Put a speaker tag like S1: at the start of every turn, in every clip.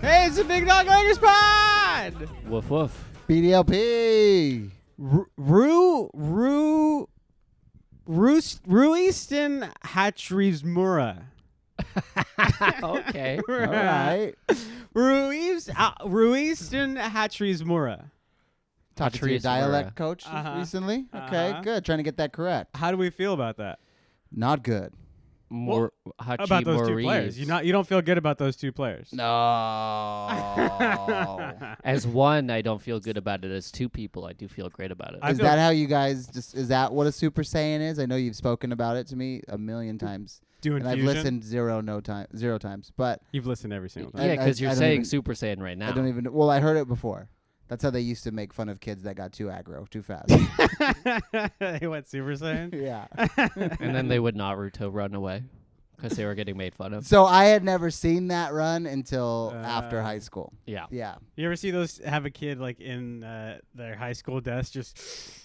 S1: Big Dog Lakers Pod.
S2: Woof woof.
S3: BDLP.
S1: Ru Ru Ru Ruis- Ruiston Hatchrimura.
S2: okay.
S3: All right.
S1: Ruiz uh, Ruiston Hatchrimura.
S3: Talking to your
S2: Patrice
S3: dialect
S2: Mora.
S3: coach
S1: Uh-huh.
S3: recently. Okay,
S1: Uh-huh.
S3: good. Trying to get that correct.
S1: How do we feel about that?
S3: Not good.
S2: More Hachi
S1: about those two
S2: Maurice.
S1: players. You not you don't feel good about those two players.
S3: No.
S2: As one, I don't feel good about it. As two people, I do feel great about it.
S1: I-
S3: is
S1: feel-
S3: that how you guys just is that what a super saiyan is? I know you've spoken about it to me a million times.
S1: Doing
S3: And I've listened zero no time zero times. But
S1: You've listened every single time.
S2: yeah,
S3: I-
S2: because
S3: I
S2: you're
S3: don't
S2: saying
S3: even-
S2: Super Saiyan right now.
S3: I don't even well, I heard it before. That's how they used to make fun of kids that got too aggro too fast.
S1: they went Super Saiyan.
S3: yeah.
S2: and then they would Naruto run away because they were getting made fun of.
S3: So I had never seen that run until
S1: Uh,
S3: after high school.
S2: Yeah.
S3: Yeah.
S1: You ever see those have a kid like in uh, their high school desk just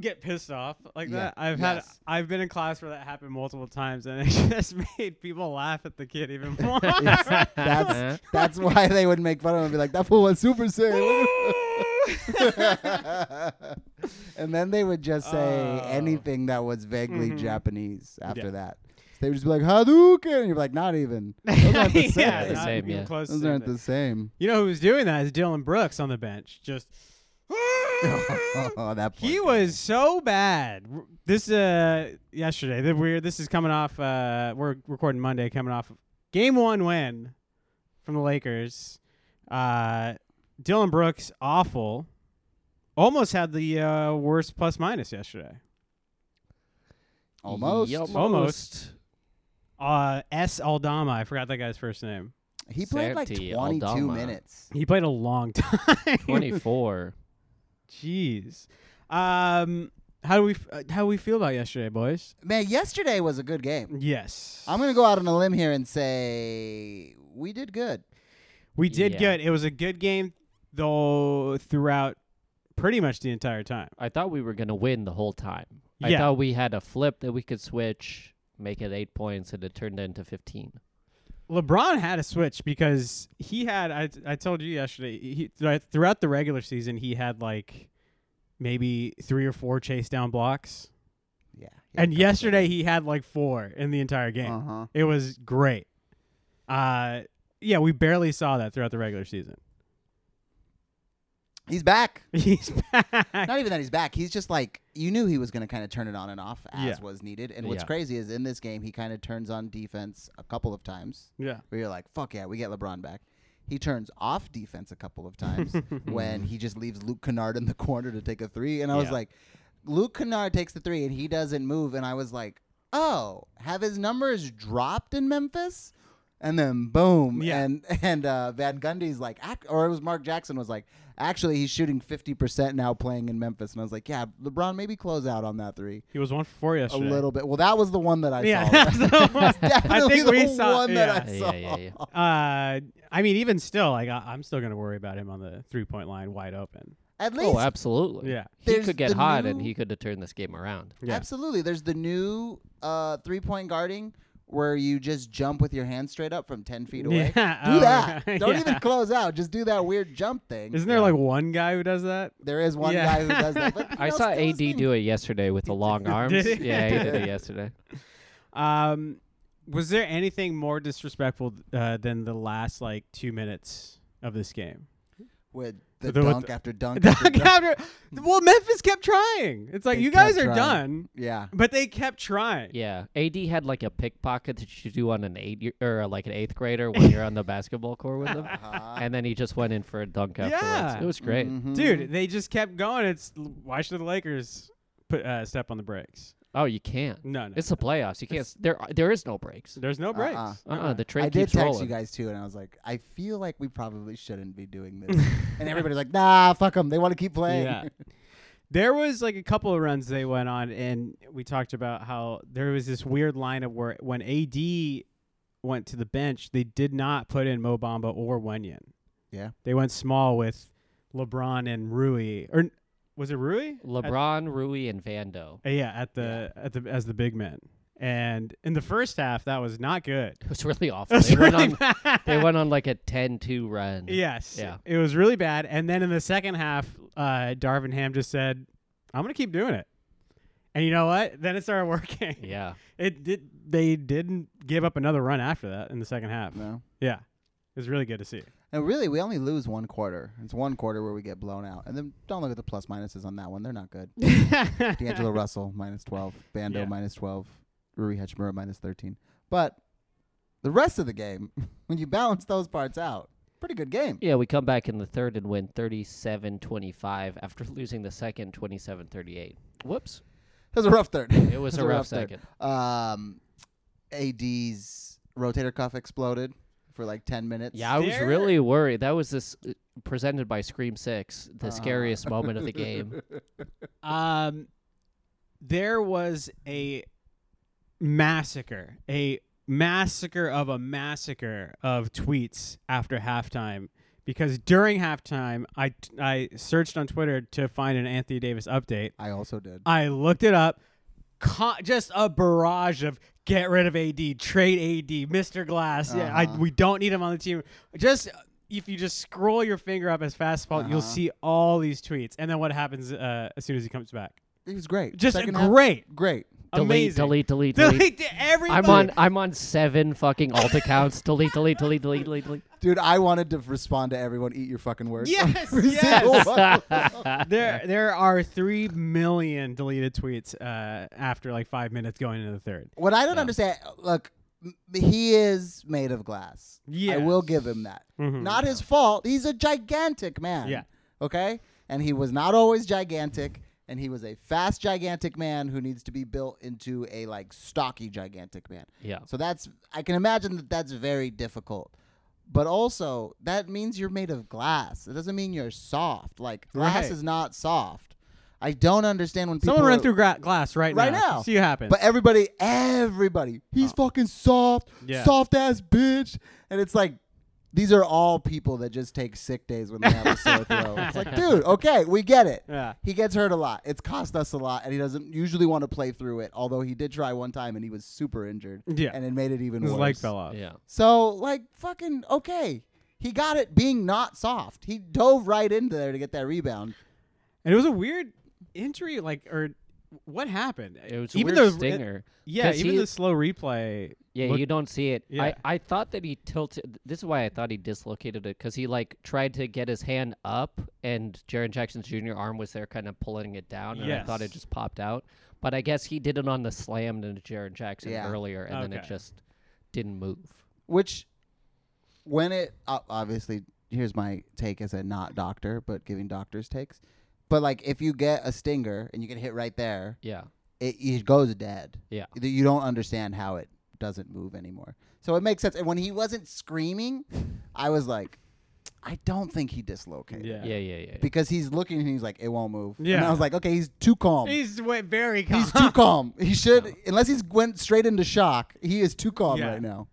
S1: get pissed off like
S3: Yeah,
S1: that? I've had
S3: yes.
S1: I've been in class where that happened multiple times and it just made people laugh at the kid even more.
S3: It's- that's that's why they would make fun of him and be like, that fool was super saiyan. and then they would just say
S1: Oh.
S3: anything that was vaguely
S1: Mhm.
S3: Japanese after
S1: Yeah.
S3: that. So they would just be like, Hadouken. And you're like, not even. Those aren't the same.
S1: yeah,
S2: The
S1: not
S2: same,
S1: even
S2: yeah.
S1: close
S3: Those
S1: to
S3: aren't
S1: that.
S3: the same.
S1: You know who was doing that is Dylan Brooks on the bench. Just
S3: oh, that
S1: he
S3: poor
S1: was so bad. R- This uh yesterday. The weird. This is coming off. Uh, we're recording Monday. Coming off of game one win from the Lakers. Uh, Dylan Brooks awful. Almost had the uh, worst plus minus yesterday.
S3: guy. almost.
S2: Almost.
S1: Uh, S. Aldama. I forgot that guy's first name.
S3: He played like
S2: Santi
S3: 22
S2: Aldama.
S3: minutes.
S1: He played a long time.
S2: 24.
S1: Jeez. Um, how do we f- uh, how do we feel about yesterday, boys?
S3: Man, yesterday was a good game.
S1: Yes.
S3: I'm gonna go out on a limb here and say we did good.
S1: We did
S2: Yeah.
S1: good. It was a good game, though, throughout pretty much the entire time.
S2: I thought we were going to win the whole time. I
S1: Yeah.
S2: thought we had a flip that we could switch, make it eight points, and it turned into 15.
S1: LeBron had a switch because he had. I, I told you yesterday. He, thro- throughout the regular season, he had like maybe three or four chase down blocks,
S3: Yeah.
S1: and yesterday he had like four in the entire game.
S3: Uh huh.
S1: It was great. Uh, yeah, we barely saw that throughout the regular season.
S3: He's back.
S1: He's back.
S3: Not even that he's back. He's just like you knew he was gonna kind of turn it on and off as
S1: Yeah.
S3: was needed. And what's
S2: Yeah.
S3: crazy is in this game he kind of turns on defense a couple of times.
S1: Yeah.
S3: Where you're like, fuck yeah, we get LeBron back. He turns off defense a couple of times when he just leaves Luke Kennard in the corner to take a three. And I was
S1: Yeah.
S3: like, Luke Kennard takes the three and he doesn't move. And I was like, oh, have his numbers dropped in Memphis? And then boom.
S1: Yeah.
S3: And and uh, Van Gundy's like, ac- or it was Mark Jackson was like, actually, he's shooting 50% now playing in Memphis. And I was like, yeah, LeBron, maybe close out on that three
S1: He was one for four
S3: a
S1: yesterday.
S3: little bit. Well, that was the one that I
S1: Yeah,
S3: saw.
S1: that's the one. I
S3: definitely
S1: think
S3: the
S1: we saw.
S3: one
S1: yeah.
S3: that I
S2: Yeah,
S3: saw.
S2: yeah, yeah. Oh,
S1: Uh, I mean, even still, like I, I'm still gonna worry about him on the three point line, wide open.
S3: At least
S2: Oh, absolutely.
S1: Yeah.
S2: He
S3: There's
S2: could get
S3: the
S2: hot
S3: new-
S2: and he could have turned this game around.
S1: Yeah.
S3: Absolutely. There's the new uh, three point guarding where you just jump with your hand straight up from 10 feet away.
S1: Yeah.
S3: Do
S1: Oh,
S3: that.
S1: yeah.
S3: Don't
S1: Yeah.
S3: even close out. Just do that weird jump thing.
S1: Isn't there like one guy who does that?
S3: there is one
S1: Yeah.
S3: guy who does that. But, you
S2: I
S3: know,
S2: saw
S3: still his
S2: AD
S3: thing.
S2: do it yesterday with the long arms.
S1: he?
S2: Yeah, he did it yesterday.
S1: Um, was there anything more disrespectful uh, than the last like two minutes of this game?
S3: With the,
S1: The- with
S3: dunk
S1: the-
S3: after dunk after dunk.
S1: After- well, Memphis kept trying. It's like
S3: They
S1: you guys are
S3: kept trying.
S1: done,
S3: Yeah.
S1: but they kept trying.
S2: Yeah, AD had like a pickpocket that you do on an eight year, or like an eighth grader when you're on the basketball court with them,
S3: Uh-huh.
S2: and then he just went in for a dunk afterwards.
S1: Yeah.
S2: It was great.
S3: Mhm.
S1: Dude, they just kept going. It's why should the Lakers put uh, step on the brakes?
S2: Oh, you can't.
S1: No, no,
S2: It's the playoffs. You can't. s- There, are- there is no breaks.
S1: There's no breaks.
S3: Uh-uh.
S2: Uh, uh the train
S3: I did
S2: keeps
S3: text
S2: rolling.
S3: you guys too, and I was like, I feel like we probably shouldn't be doing this. and everybody's like, Nah, fuck them. They want to keep playing.
S1: Yeah. There was like a couple of runs they went on, and we talked about how there was this weird lineup where when AD went to the bench, they did not put in Mobamba or Wenyan.
S3: Yeah.
S1: They went small with LeBron and Rui, or n- was it Rui? At-
S2: LeBron, Rui, and Vando.
S1: uh, yeah, at the at the as the big men, And in the first half, that was not good.
S2: It was really awful.
S1: That's
S2: they,
S1: really
S2: went on,
S1: bad.
S2: they went on like a 10-2 run.
S1: Yes.
S2: Yeah.
S1: It was really bad. And then in the second half, uh, Darvin Ham just said, I'm going to keep doing it. And you know what? Then it started working.
S2: Yeah.
S1: It did. They didn't give up another run after that in the second half.
S3: No.
S1: Yeah. It was really good to see.
S3: And really, we only lose one quarter. It's one quarter where we get blown out. And then don't look at the plus minuses on that one. They're not good. D'Angelo Russell, minus 12. Bando,
S1: Yeah.
S3: minus 12. Rui Hachimura, minus 13. But the rest of the game, when you balance those parts out, pretty good game.
S2: Yeah, we come back in the third and win 37-25 after losing the second 27-38. Whoops.
S3: It was a rough third. It
S2: was a rough second.
S3: Third. Um, AD's rotator cuff exploded for like 10 minutes.
S2: Yeah, I was
S1: Stare.
S2: really worried. That was this uh, presented by Scream 6, the
S3: Uh-huh.
S2: scariest moment of the game.
S1: Um, there was a massacre, a massacre of a massacre of tweets after halftime. Because during halftime, I I searched on Twitter to find an Anthony Davis update.
S3: I also did.
S1: I looked it up. Co- just a barrage of get rid of AD, trade AD, Mr. Glass. Yeah, I,
S3: Uh-huh.
S1: we don't need him on the team. Just if you just scroll your finger up as fast as possible, you'll
S3: Uh-huh.
S1: see all these tweets. And then what happens uh, as soon as he comes back?
S3: It was great.
S1: Just
S3: Second half,
S1: great,
S3: great.
S2: delete,
S1: amazing.
S2: delete, delete, delete.
S1: delete everybody.
S2: I'm on I'm on seven fucking alt accounts. delete, delete, delete, delete, delete, delete.
S3: Dude, I wanted to respond to everyone, eat your fucking words.
S1: Yes,
S3: Every
S1: yes.
S3: single one.
S1: There, there are three million deleted tweets uh, after like five minutes going into the third.
S3: What I don't understand, look, m- he is made of glass. I will
S1: Yes.
S3: give him that.
S1: Mhm.
S3: Not his fault. He's a gigantic man.
S1: Yeah.
S3: Okay? And he was not always gigantic, and he was a fast gigantic man who needs to be built into a like stocky gigantic man.
S1: Oh.
S2: Yeah.
S3: So that's I can imagine that that's very difficult. But also, that means you're made of glass. It doesn't mean you're soft. Like glass
S1: Right.
S3: is not soft. I don't understand when people
S1: Someone run
S3: are-
S1: through gra- glass right,
S3: Right
S1: now.
S3: now.
S1: See what happens.
S3: but everybody, everybody, he's fucking soft,
S1: Oh. Yeah.
S3: soft ass bitch. And it's like, these are all people that just take sick days when they have a sore throat. It's like, dude, okay, we get it.
S1: Yeah.
S3: He gets hurt a lot. It's cost us a lot, and he doesn't usually want to play through it. Although he did try one time, and he was super injured.
S1: Yeah.
S3: and it made it even
S1: his
S3: worse.
S1: leg fell off.
S2: Yeah.
S3: So like, fucking okay. He got it being not soft. He dove right into there to get that rebound.
S1: And it was a weird injury, like or what happened?
S2: It was
S1: even
S2: a weird
S1: though-
S2: stinger.
S1: yeah,
S2: 'Cause
S1: even
S2: he-
S1: the slow replay.
S2: Yeah,
S1: looked-
S2: you don't see it.
S1: Yeah.
S2: I, I thought that he tilted. This is why I thought he dislocated it because he like tried to get his hand up, and Jaron Jackson Jr. arm was there, kind of pulling it down, and I thought it
S1: Yes.
S2: just popped out. But I guess he did it on the slam to Jaron Jackson
S3: Yeah.
S2: earlier, and then it
S1: Okay.
S2: just didn't move.
S3: which when it o- obviously here's my take as a not doctor but giving doctors takes but like if you get a stinger and you get hit right there
S2: Yeah,
S3: it, it goes dead
S2: Yeah.
S3: Th- you don't understand how it doesn't move anymore so it makes sense and when he wasn't screaming i was like i don't think he dislocated
S1: Yeah.
S2: yeah, yeah, yeah. yeah.
S3: because he's looking and he's like it won't move and
S1: Yeah.
S3: i was like okay he's too calm
S1: He's went very calm.
S3: He's too calm. He should, unless he's went straight into shock. He is too calm
S1: Yeah.
S3: right now.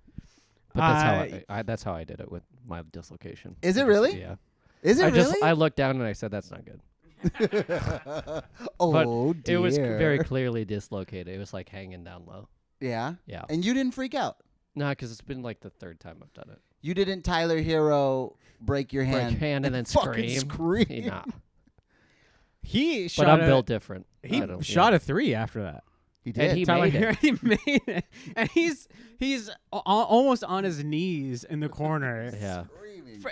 S2: but that's how
S1: I-
S2: I, I that's how I did it with my dislocation.
S3: Is
S2: I
S3: it
S2: just-
S3: really?
S2: Yeah.
S3: Is it
S2: I
S3: really?
S2: just I looked down and I said that's not good. But
S3: oh dear.
S2: it was c- very clearly dislocated. It was like hanging down low.
S3: yeah.
S2: Yeah.
S3: And you didn't freak out.
S2: Nah, because it's been like the third time I've done it.
S3: You didn't Tyler Hero break your
S2: Break
S3: hand.
S2: your hand and then
S3: fucking
S2: scream.
S3: scream.
S2: Nah.
S1: he
S2: But
S1: shot
S2: I'm
S1: a,
S2: built different.
S1: He
S2: I don't-
S1: shot
S2: yeah.
S1: a three after that.
S3: He
S2: And
S3: did.
S2: he
S1: Tyler
S2: made
S1: Hero,
S2: it.
S1: he made it, and he's he's al- almost on his knees in the corner.
S2: Yeah.
S3: Screaming.
S1: Fr-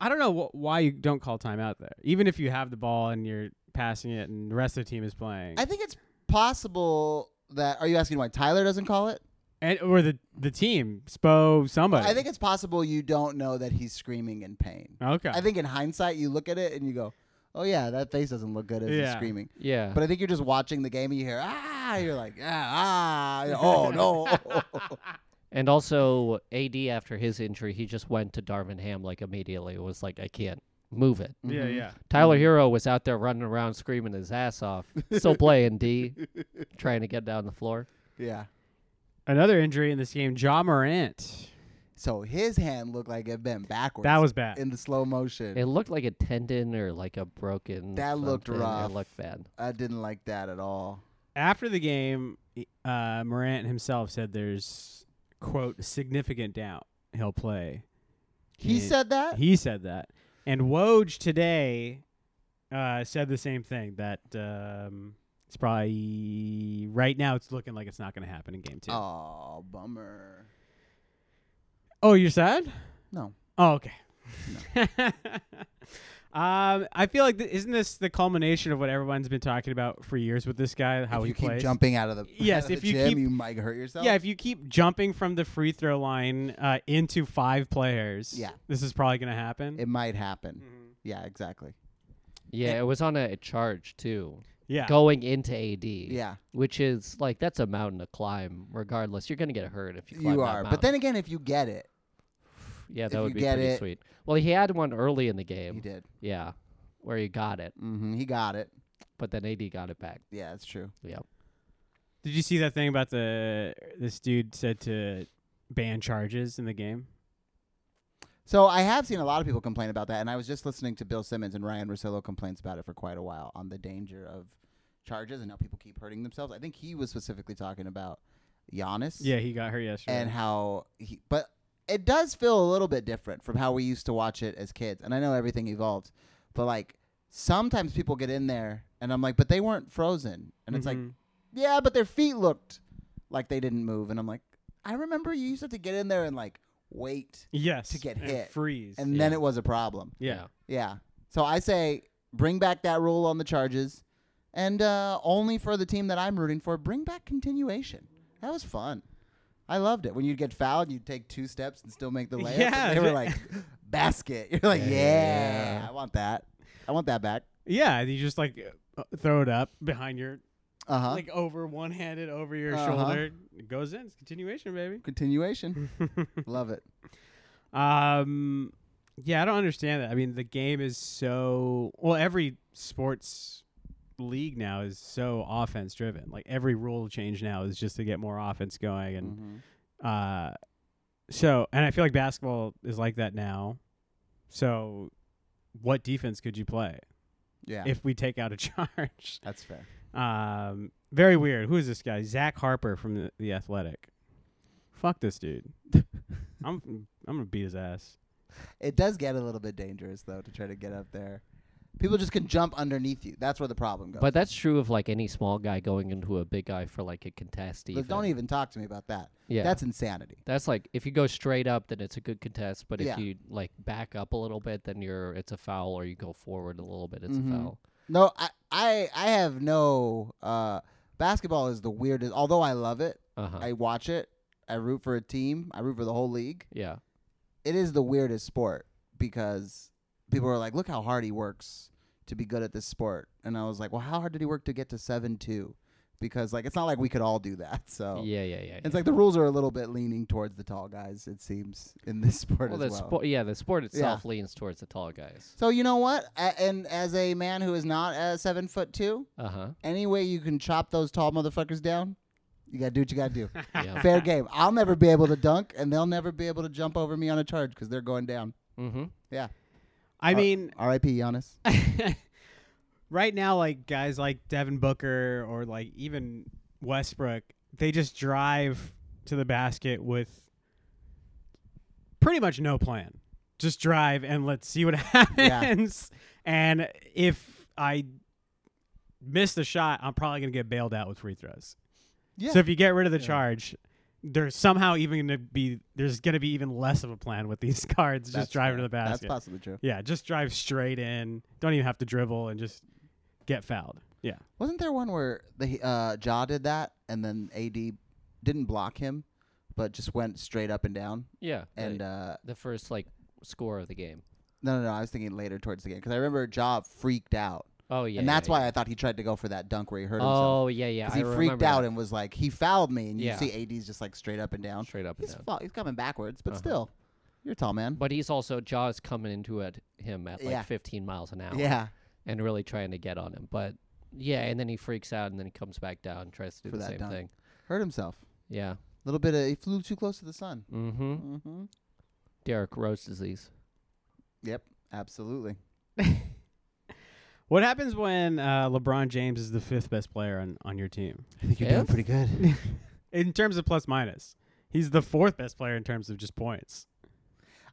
S1: I don't know wh- why you don't call timeout there, even if you have the ball and you're passing it, and the rest of the team is playing,
S3: I think it's possible that are you asking why Tyler doesn't call it?
S1: and or the the team, Spo, somebody.
S3: I think it's possible you don't know that he's screaming in pain.
S1: okay.
S3: I think in hindsight you look at it and you go, "Oh yeah, that face doesn't look good as he's
S1: Yeah.
S3: screaming."
S2: Yeah.
S3: But I think you're just watching the game and you hear, "Ah," you're like, "Ah, ah, oh no."
S2: and also, AD after his injury, he just went to Darvin Ham like immediately. It was like, I can't move it.
S1: yeah, Mm. yeah.
S2: Tyler Hero was out there running around screaming his ass off, still playing D, trying to get down the floor.
S3: yeah.
S1: Another injury in this game, Ja Morant.
S3: So his hand looked like it bent backwards.
S1: That was bad.
S3: in the slow motion.
S2: It looked like a tendon or like a broken.
S3: That looked
S2: something.
S3: rough.
S2: It looked bad.
S3: I didn't like that at all.
S1: After the game, uh, Morant himself said there's quote significant doubt he'll play.
S3: He
S1: And
S3: said that.
S1: he said that, and Woj today uh, said the same thing that um, it's probably right now it's looking like it's not going to happen in game two.
S3: oh, bummer.
S1: Oh, you're sad?
S3: No.
S1: Oh, okay. um, I feel like th- isn't this the culmination of what everyone's been talking about for years with this guy? How
S3: if
S1: he
S3: you
S1: plays.
S3: keep jumping out of the
S1: Yes,
S3: out of
S1: if
S3: the
S1: you
S3: gym,
S1: keep-
S3: you might hurt yourself.
S1: Yeah, if you keep jumping from the free throw line uh, into five players,
S3: Yeah.
S1: this is probably going to happen.
S3: it might happen.
S2: Mm-hmm.
S3: Yeah, exactly.
S2: Yeah, it was on a charge too,
S1: yeah,
S2: going into AD.
S3: Yeah,
S2: which is like that's a mountain to climb. Regardless, you're gonna get hurt if you climb
S3: you
S2: that
S3: are. But
S2: mountain.
S3: then again, if you get it,
S2: yeah,
S3: if
S2: that
S3: you
S2: would be
S3: get
S2: pretty
S3: it-
S2: sweet. Well, he had one early in the
S3: he
S2: game.
S3: did.
S2: Yeah, where he got it,
S3: hmm He got it.
S2: but then AD got it back.
S3: Yeah, that's true.
S2: Yep.
S1: Did you see that thing about the this dude said to ban charges in the game?
S3: So I have seen a lot of people complain about that, and I was just listening to Bill Simmons and Ryan Rossillo complains about it for quite a while on the danger of charges and how people keep hurting themselves. I think he was specifically talking about Giannis.
S1: Yeah, he got hurt yesterday.
S3: and how he but it does feel a little bit different from how we used to watch it as kids and i know everything evolves but like sometimes people get in there and i'm like but they weren't frozen and it's like
S1: Mhm.
S3: yeah but their feet looked like they didn't move and i'm like i remember you used to have to get in there and like wait
S1: yes,
S3: to get
S1: and
S3: hit.
S1: freeze,
S3: and then
S2: Yeah.
S3: it was a problem
S1: yeah,
S3: yeah so i say bring back that rule on the charges and uh, only for the team that i'm rooting for bring back continuation that was fun I loved it when you'd get fouled, you'd take two steps and still make the layup.
S1: Yeah,
S3: and they were
S1: yeah.
S3: like basket. You're like,
S2: Yeah.
S3: yeah, I want that. I want that back.
S1: yeah. You just like uh, throw it up behind your
S3: Uh huh.
S1: like over one handed over your
S3: Uh-huh.
S1: shoulder. It goes in. It's continuation, baby.
S3: Continuation. Love it.
S1: Um, yeah, I don't understand that. I mean, the game is so well. Every sports league now is so offense driven. Like every rule change now is just to get more offense going, and
S3: Mhm.
S1: uh, so and I feel like basketball is like that now. So, what defense could you play
S3: Yeah,
S1: if we take out a charge?
S3: that's fair.
S1: Um, very weird. Who is this guy? Zach Harper from the, the Athletic. Fuck this dude. I'm I'm gonna beat his ass.
S3: It does get a little bit dangerous though to try to get up there. People just can jump underneath you. That's where the problem goes.
S2: But that's true of like any small guy going into a big guy for like a contest.
S3: Look, don't even talk to me about that.
S2: Yeah,
S3: That's insanity.
S2: that's like if you go straight up, then it's a good contest. But if
S3: Yeah.
S2: you like back up a little bit, then you're it's a foul, or you go forward a little bit, it's
S3: Mhm.
S2: a foul.
S3: No, I, I, I have no. Uh, basketball is the weirdest. Although I love it,
S2: Uh huh.
S3: I watch it. I root for a team. I root for the whole league.
S2: Yeah.
S3: It is the weirdest sport because people are like, "Look how hard he works to be good at this sport," and I was like, "Well, how hard did he work to get to seven two? Because like, it's not like we could all do that. So
S2: Yeah. Yeah. Yeah.
S3: Oh. it's like the rules are a little bit leaning towards the tall guys. It seems in this sport
S2: well, the
S3: as well.
S2: sport. Yeah, the sport itself leans towards the tall guys.
S3: so you know what? A- and as a man who is not uh, seven foot two,
S2: Uh huh.
S3: any way you can chop those tall motherfuckers down, you gotta do what you gotta do.
S2: Yeah.
S3: Fair game. I'll never be able to dunk, and they'll never be able to jump over me on a charge because they're going down.
S2: mm-hmm.
S1: I
S3: Uh,
S1: mean,
S3: R.I.P. Giannis.
S1: right now, like guys like Devin Booker or like even Westbrook, they just drive to the basket with pretty much no plan. Just drive and let's see what happens. And if I miss the shot, I'm probably gonna get bailed out with free throws.
S3: Yeah.
S1: So if you get rid of the
S3: Yeah.
S1: charge, there's somehow even gonna be there's gonna be even less of a plan with these cards.
S3: That's
S1: just driving
S3: fair.
S1: to the basket.
S3: That's possibly true.
S1: Yeah, just drive straight in. Don't even have to dribble and just get fouled. Yeah.
S3: Wasn't there one where the uh, Jaw did that, and then A.D. didn't block him, but just went straight up and down?
S2: Yeah.
S3: And
S2: the,
S3: uh,
S2: the first like score of the game.
S3: no, no, no. I was thinking later towards the game because I remember Jaw freaked out,
S2: Oh yeah.
S3: and that's
S2: yeah,
S3: why
S2: yeah.
S3: I thought he tried to go for that dunk where he hurt himself.
S2: Oh yeah, yeah.
S3: 'Cause
S2: I
S3: he freaked
S2: remember
S3: out
S2: that.
S3: and was like, "He fouled me," and you
S2: Yeah.
S3: see A.D.'s just like straight up and down.
S2: straight up and
S3: He's
S2: down.
S3: fa- he's coming backwards, but
S2: Uh-huh.
S3: still, you're a tall man.
S2: But he's also Jaws coming into it him at like
S3: Yeah.
S2: 15 miles an hour.
S3: yeah,
S2: And really trying to get on him, but yeah, and then he freaks out and then he comes back down and tries to do
S3: For
S2: the
S3: that
S2: same
S3: dunk.
S2: thing.
S3: hurt himself.
S2: Yeah.
S3: A little bit of he flew too close to the sun.
S2: Mm-hmm.
S3: Mm-hmm.
S2: Derek Rose disease.
S3: Yep, absolutely.
S1: What happens when uh, LeBron James is the fifth best player on, on your team?
S3: I think you're doing
S2: Fifth?
S3: pretty good.
S1: In terms of plus minus, he's the fourth best player in terms of just points.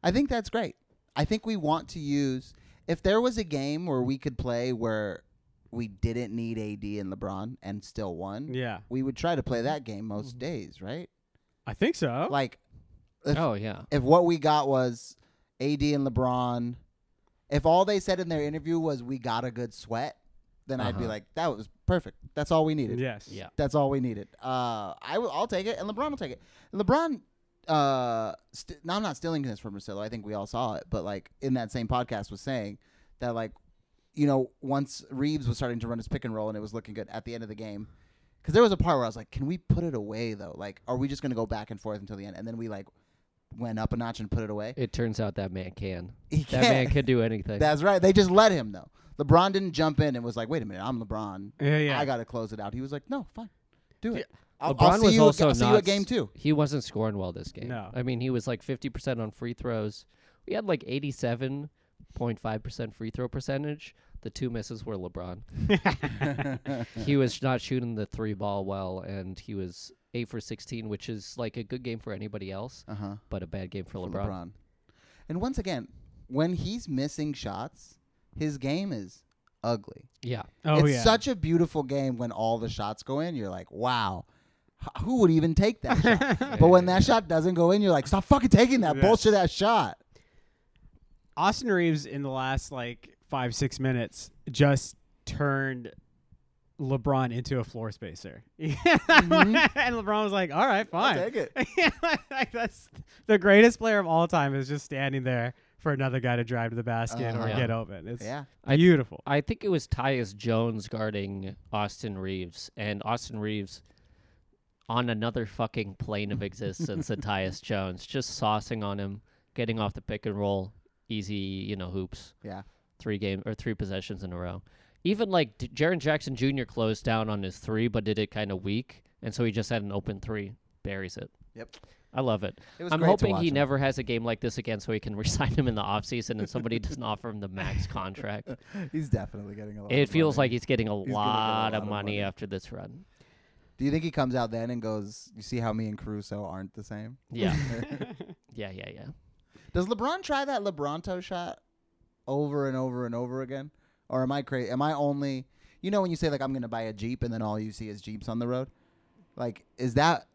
S3: I think that's great. I think we want to use. If there was a game where we could play where we didn't need AD and LeBron and still won,
S1: Yeah.
S3: we would try to play
S2: Mm-hmm.
S3: that game most days, right?
S1: I think so.
S3: Like, if,
S2: Oh yeah.
S3: if what we got was AD and LeBron, if all they said in their interview was we got a good sweat, then I'd be
S2: Uh-huh.
S3: like, that was perfect. That's all we needed.
S1: yes.
S2: Yeah.
S3: That's all we needed. Uh, I w- I'll take it, and LeBron will take it. LeBron, uh, st- now I'm not stealing this from Rosillo. I think we all saw it, but like in that same podcast was saying that like, you know, once Reeves was starting to run his pick and roll and it was looking good at the end of the game, because there was a part where I was like, can we put it away though? Like, are we just gonna go back and forth until the end? And then we like went up a notch and put it away.
S2: It turns out that man can.
S3: He
S2: That man
S3: can't.
S2: can do anything.
S3: That's right. They just let him though. LeBron didn't jump in and was like, wait a minute, I'm LeBron.
S1: Yeah. Yeah.
S3: I got to close it out. He was like, no, fine, do it. I'll,
S2: LeBron
S3: I'll see
S2: was
S3: you.
S2: also
S3: I'll see
S2: not
S3: you at game two.
S2: He wasn't scoring well this game.
S1: No.
S2: I mean, he was like 50% on free throws. We had like 87.5% free throw percentage. The two misses were LeBron. he was not shooting the three ball well, and he was 8 for 16, which is like a good game for anybody else,
S3: Uh huh.
S2: but a bad game for
S3: For
S2: LeBron.
S3: LeBron. And once again, when he's missing shots, his game is ugly.
S2: Yeah.
S1: oh
S3: it's
S1: yeah.
S3: such a beautiful game when all the shots go in. You're like, wow, h- who would even take that shot? But when that shot doesn't go in, you're like, stop fucking taking that
S1: Yes.
S3: bullshit that shot.
S1: Austin Reeves in the last like five six minutes just turned LeBron into a floor spacer, and LeBron was like, "All right, fine,
S3: take it."
S1: like that's the greatest player of all time is just standing there for another guy to drive to the basket or
S2: Uh-huh.
S1: get open. It's
S3: Yeah.
S2: I-
S1: beautiful.
S2: I think it was Tyus Jones guarding Austin Reeves, and Austin Reeves on another fucking plane of existence than Tyus Jones, just saucing on him, getting off the pick and roll, easy, you know, hoops,
S3: Yeah.
S2: three game or three possessions in a row. Even like D- Jaron Jackson Jr. closed down on his three, but did it kind of weak, and so he just had an open three, buries it.
S3: Yep.
S2: I love it.
S3: It was
S2: I'm
S3: great to
S2: hoping
S3: watch
S2: he
S3: him.
S2: never has a game like this again, so he can resign him in the offseason and somebody doesn't offer him the max contract.
S3: He's definitely getting a lot.
S2: It
S3: of
S2: feels
S3: money.
S2: like he's getting a
S3: get a
S2: lot
S3: lot
S2: of
S3: of
S2: money,
S3: money.
S2: after this run.
S3: Do you think he comes out then and goes, "You see how me and Caruso aren't the same"?
S2: Yeah. yeah, yeah, yeah.
S3: Does LeBron try that LeBronto shot over and over and over again? Or am I crazy? Am I only you know when you say like I'm gonna buy a Jeep and then all you see is Jeeps on the road? Like, is that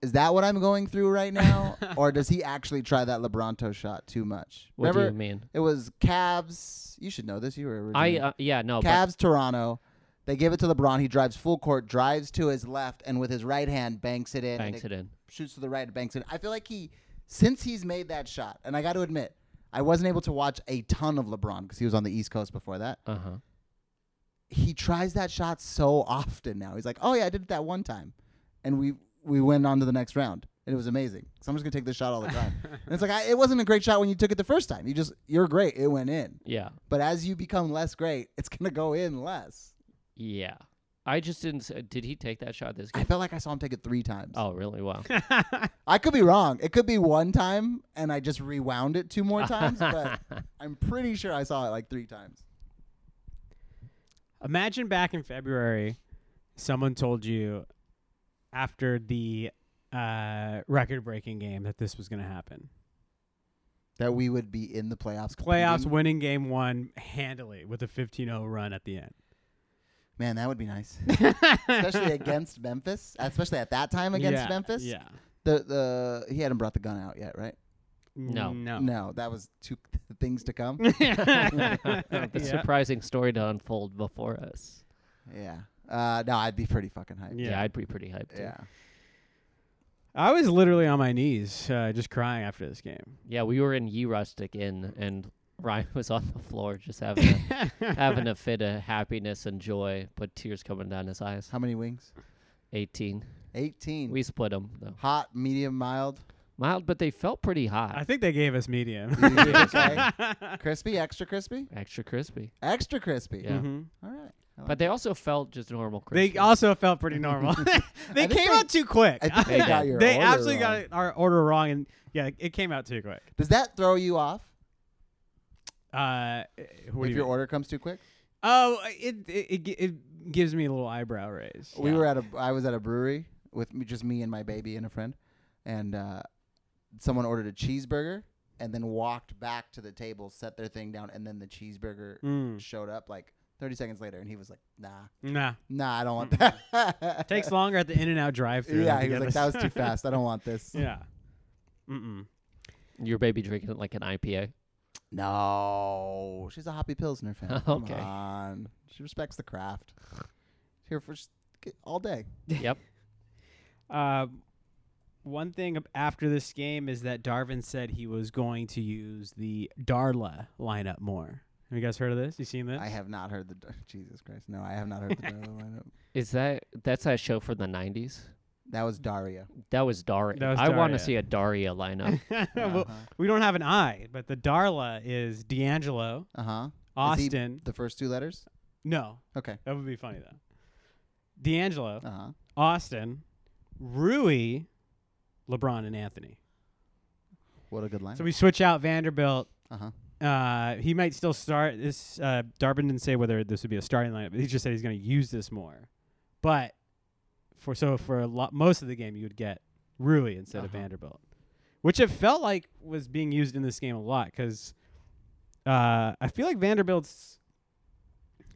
S3: is that what I'm going through right now? or does he actually try that LeBronto shot too much?
S2: What
S3: Remember
S2: do you mean?
S3: it was Cavs you should know this, you were
S2: I
S3: originally
S2: uh, yeah, no, but
S3: Cavs Toronto. They give it to LeBron. He drives full court, drives to his left, and with his right hand banks it in. and
S2: banks it in.
S3: shoots to the right, banks it. I feel like he, since he's made that shot, and I got to admit, I wasn't able to watch a ton of LeBron because he was on the East Coast before that.
S2: Uh-huh.
S3: He tries that shot so often now. He's like, "Oh yeah, I did it that one time," and we we went on to the next round, and it was amazing. So I'm just gonna take this shot all the time. and it's like I, it wasn't a great shot when you took it the first time. You just you're great. It went in,
S2: Yeah.
S3: but as you become less great, it's gonna go in less.
S2: Yeah. I just didn't s did he take that shot this
S3: I
S2: game?
S3: felt like I saw him take it three times.
S2: Oh, really? Wow.
S3: I could be wrong. It could be one time, and I just rewound it two more times. but I'm pretty sure I saw it like three times.
S1: Imagine back in February, someone told you after the uh, record-breaking game that this was going to happen.
S3: That we would be in the playoffs.
S1: Playoffs
S3: competing.
S1: winning game one handily with a 15-0 run at the end.
S3: man, that would be nice, especially against Memphis. Especially at that time against
S1: Yeah,
S3: Memphis.
S1: Yeah.
S3: The the he hadn't brought the gun out yet, right?
S2: No.
S1: No.
S3: No, that was two things to come.
S2: the
S1: yeah.
S2: surprising story to unfold before us.
S3: yeah. Uh, no, I'd be pretty fucking hyped.
S2: Yeah,
S1: Yeah.
S2: I'd be pretty hyped. Too.
S3: Yeah.
S1: I was literally on my knees, uh, just crying after this game.
S2: Yeah, we were in Ye Rustic Inn, and Ryan was on the floor just having a, having a fit of happiness and joy, but tears coming down his eyes.
S3: How many wings?
S2: 18.
S3: Eighteen.
S2: We split them, though.
S3: Hot, medium, mild,
S2: Mild, but they felt pretty
S1: I
S2: hot.
S1: think they gave us medium.
S3: okay. crispy, extra crispy,
S2: Extra crispy.
S3: extra crispy.
S2: Yeah.
S1: Mhm.
S3: All right. I like
S2: But they also felt just normal crispy.
S1: They also felt pretty normal. they
S3: think
S1: came
S3: they-
S1: out too quick.
S3: I think they
S2: got
S1: They
S3: your order
S1: absolutely
S3: wrong.
S1: got our order wrong, and yeah, it came out too quick.
S3: Does that throw you off
S1: Uh, what do
S3: if
S1: you mean?
S3: your order comes too quick?
S1: Oh, it it, it gi- it gives me a little eyebrow raise.
S3: We
S2: Yeah.
S3: were at a I was at a brewery with me, just me and my baby and a friend, and uh, someone ordered a cheeseburger and then walked back to the table, set their thing down, and then the cheeseburger
S1: Mm.
S3: showed up like 30 seconds later, and he was like, "Nah,
S1: Nah,
S3: nah, I don't want that."
S1: Mm-hmm. takes longer at the In and Out drive-through.
S3: yeah, he was like, "That was too fast. I don't want this."
S1: yeah. Mm-mm.
S2: Your baby drinking it like an IPA.
S3: No, she's a Hoppy Pilsner fan. Come
S2: Okay.
S3: on. she respects the craft. She's Here for s- k- all day.
S2: yep.
S1: Uh, one thing ab- after this game is that Darvin said he was going to use the Darla lineup more. Have you guys heard of this? You seen this?
S3: I have not heard the Dar- Jesus Christ. No, I have not heard the Daria lineup.
S2: Is that that's that show from the '90s?
S3: That was Daria.
S2: That was Daria.
S1: That was
S2: I want
S1: Daria.
S2: to see a Daria lineup.
S1: well,
S3: Uh-huh.
S1: we don't have an I, but the Darla is D'Angelo,
S3: Uh huh. Is he-
S1: Austin.
S3: The first two letters.
S1: No,
S3: Okay.
S1: that would be funny though. D'Angelo,
S3: Uh huh.
S1: Austin, Rui, LeBron, and Anthony.
S3: What a good lineup.
S1: So we switch out Vanderbilt.
S3: uh huh.
S1: Uh, he might still start this. Uh, Darbin didn't say whether this would be a starting lineup. but He just said he's going to use this more. But for so for a lot, most of the game, you would get Rui instead of
S2: Uh-huh.
S1: Vanderbilt, which it felt like was being used in this game a lot because uh, I feel like Vanderbilt's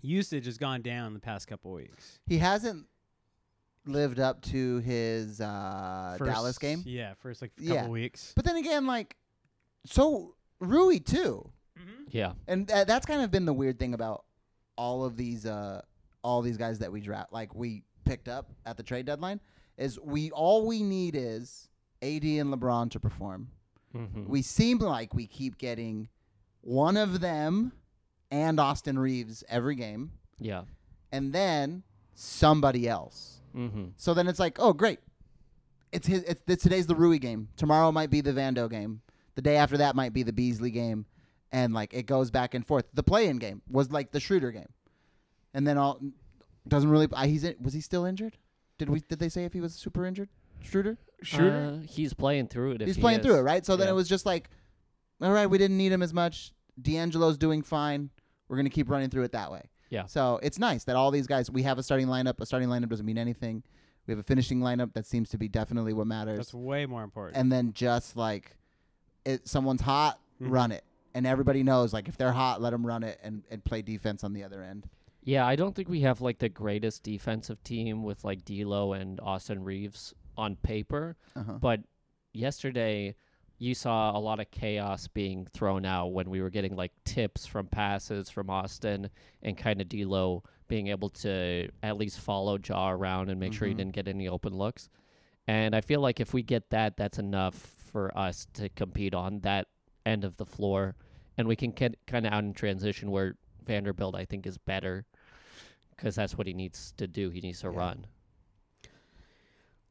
S1: usage has gone down the past couple weeks.
S3: He hasn't lived up to his uh,
S1: First-
S3: Dallas game.
S1: yeah, first like couple
S3: Yeah.
S1: weeks.
S3: But then again, like, so Rui too.
S2: yeah.
S3: and tha- that's kind of been the weird thing about all of these uh all these guys that we draft like we picked up at the trade deadline is we all we need is AD and LeBron to perform.
S2: Mm-hmm.
S3: We seem like we keep getting one of them and Austin Reeves every game
S2: yeah.
S3: and then somebody else.
S2: Mm-hmm.
S3: So then it's like, "Oh, great. It's his it's, it's today's the Rui game. Tomorrow might be the Vando game. The day after that might be the Beasley game." and like it goes back and forth. The play-in game was like the Schroeder game, and then all doesn't really. I, he's in, was he still injured? Did we did they say if he was super injured? Schroeder,
S2: Uh, he's playing through it. If
S3: he's
S2: he
S3: playing
S2: is.
S3: through it, right? So then
S2: Yeah.
S3: it was just like, all right, we didn't need him as much. D'Angelo's doing fine. We're gonna keep running through it that way.
S2: Yeah.
S3: So it's nice that all these guys. We have a starting lineup. A starting lineup doesn't mean anything. We have a finishing lineup that seems to be definitely what matters.
S1: That's way more important.
S3: and then just like it someone's hot
S2: Mm-hmm.
S1: Mhm.
S3: run it and everybody knows like if they're hot let them run it and, and play defense on the other end
S2: Yeah, I don't think we have like the greatest defensive team with like D'Lo and Austin Reeves on paper,
S3: uh-huh.
S2: but yesterday you saw a lot of chaos being thrown out when we were getting like tips from passes from Austin and kind of D'Lo being able to at least follow Jaw around and make sure he
S3: Mhm.
S2: didn't get any open looks. And I feel like if we get that, that's enough for us to compete on that end of the floor, and we can get kind of out in transition where Vanderbilt I think is better because that's what he needs to do. He needs to
S3: Yeah.
S2: run.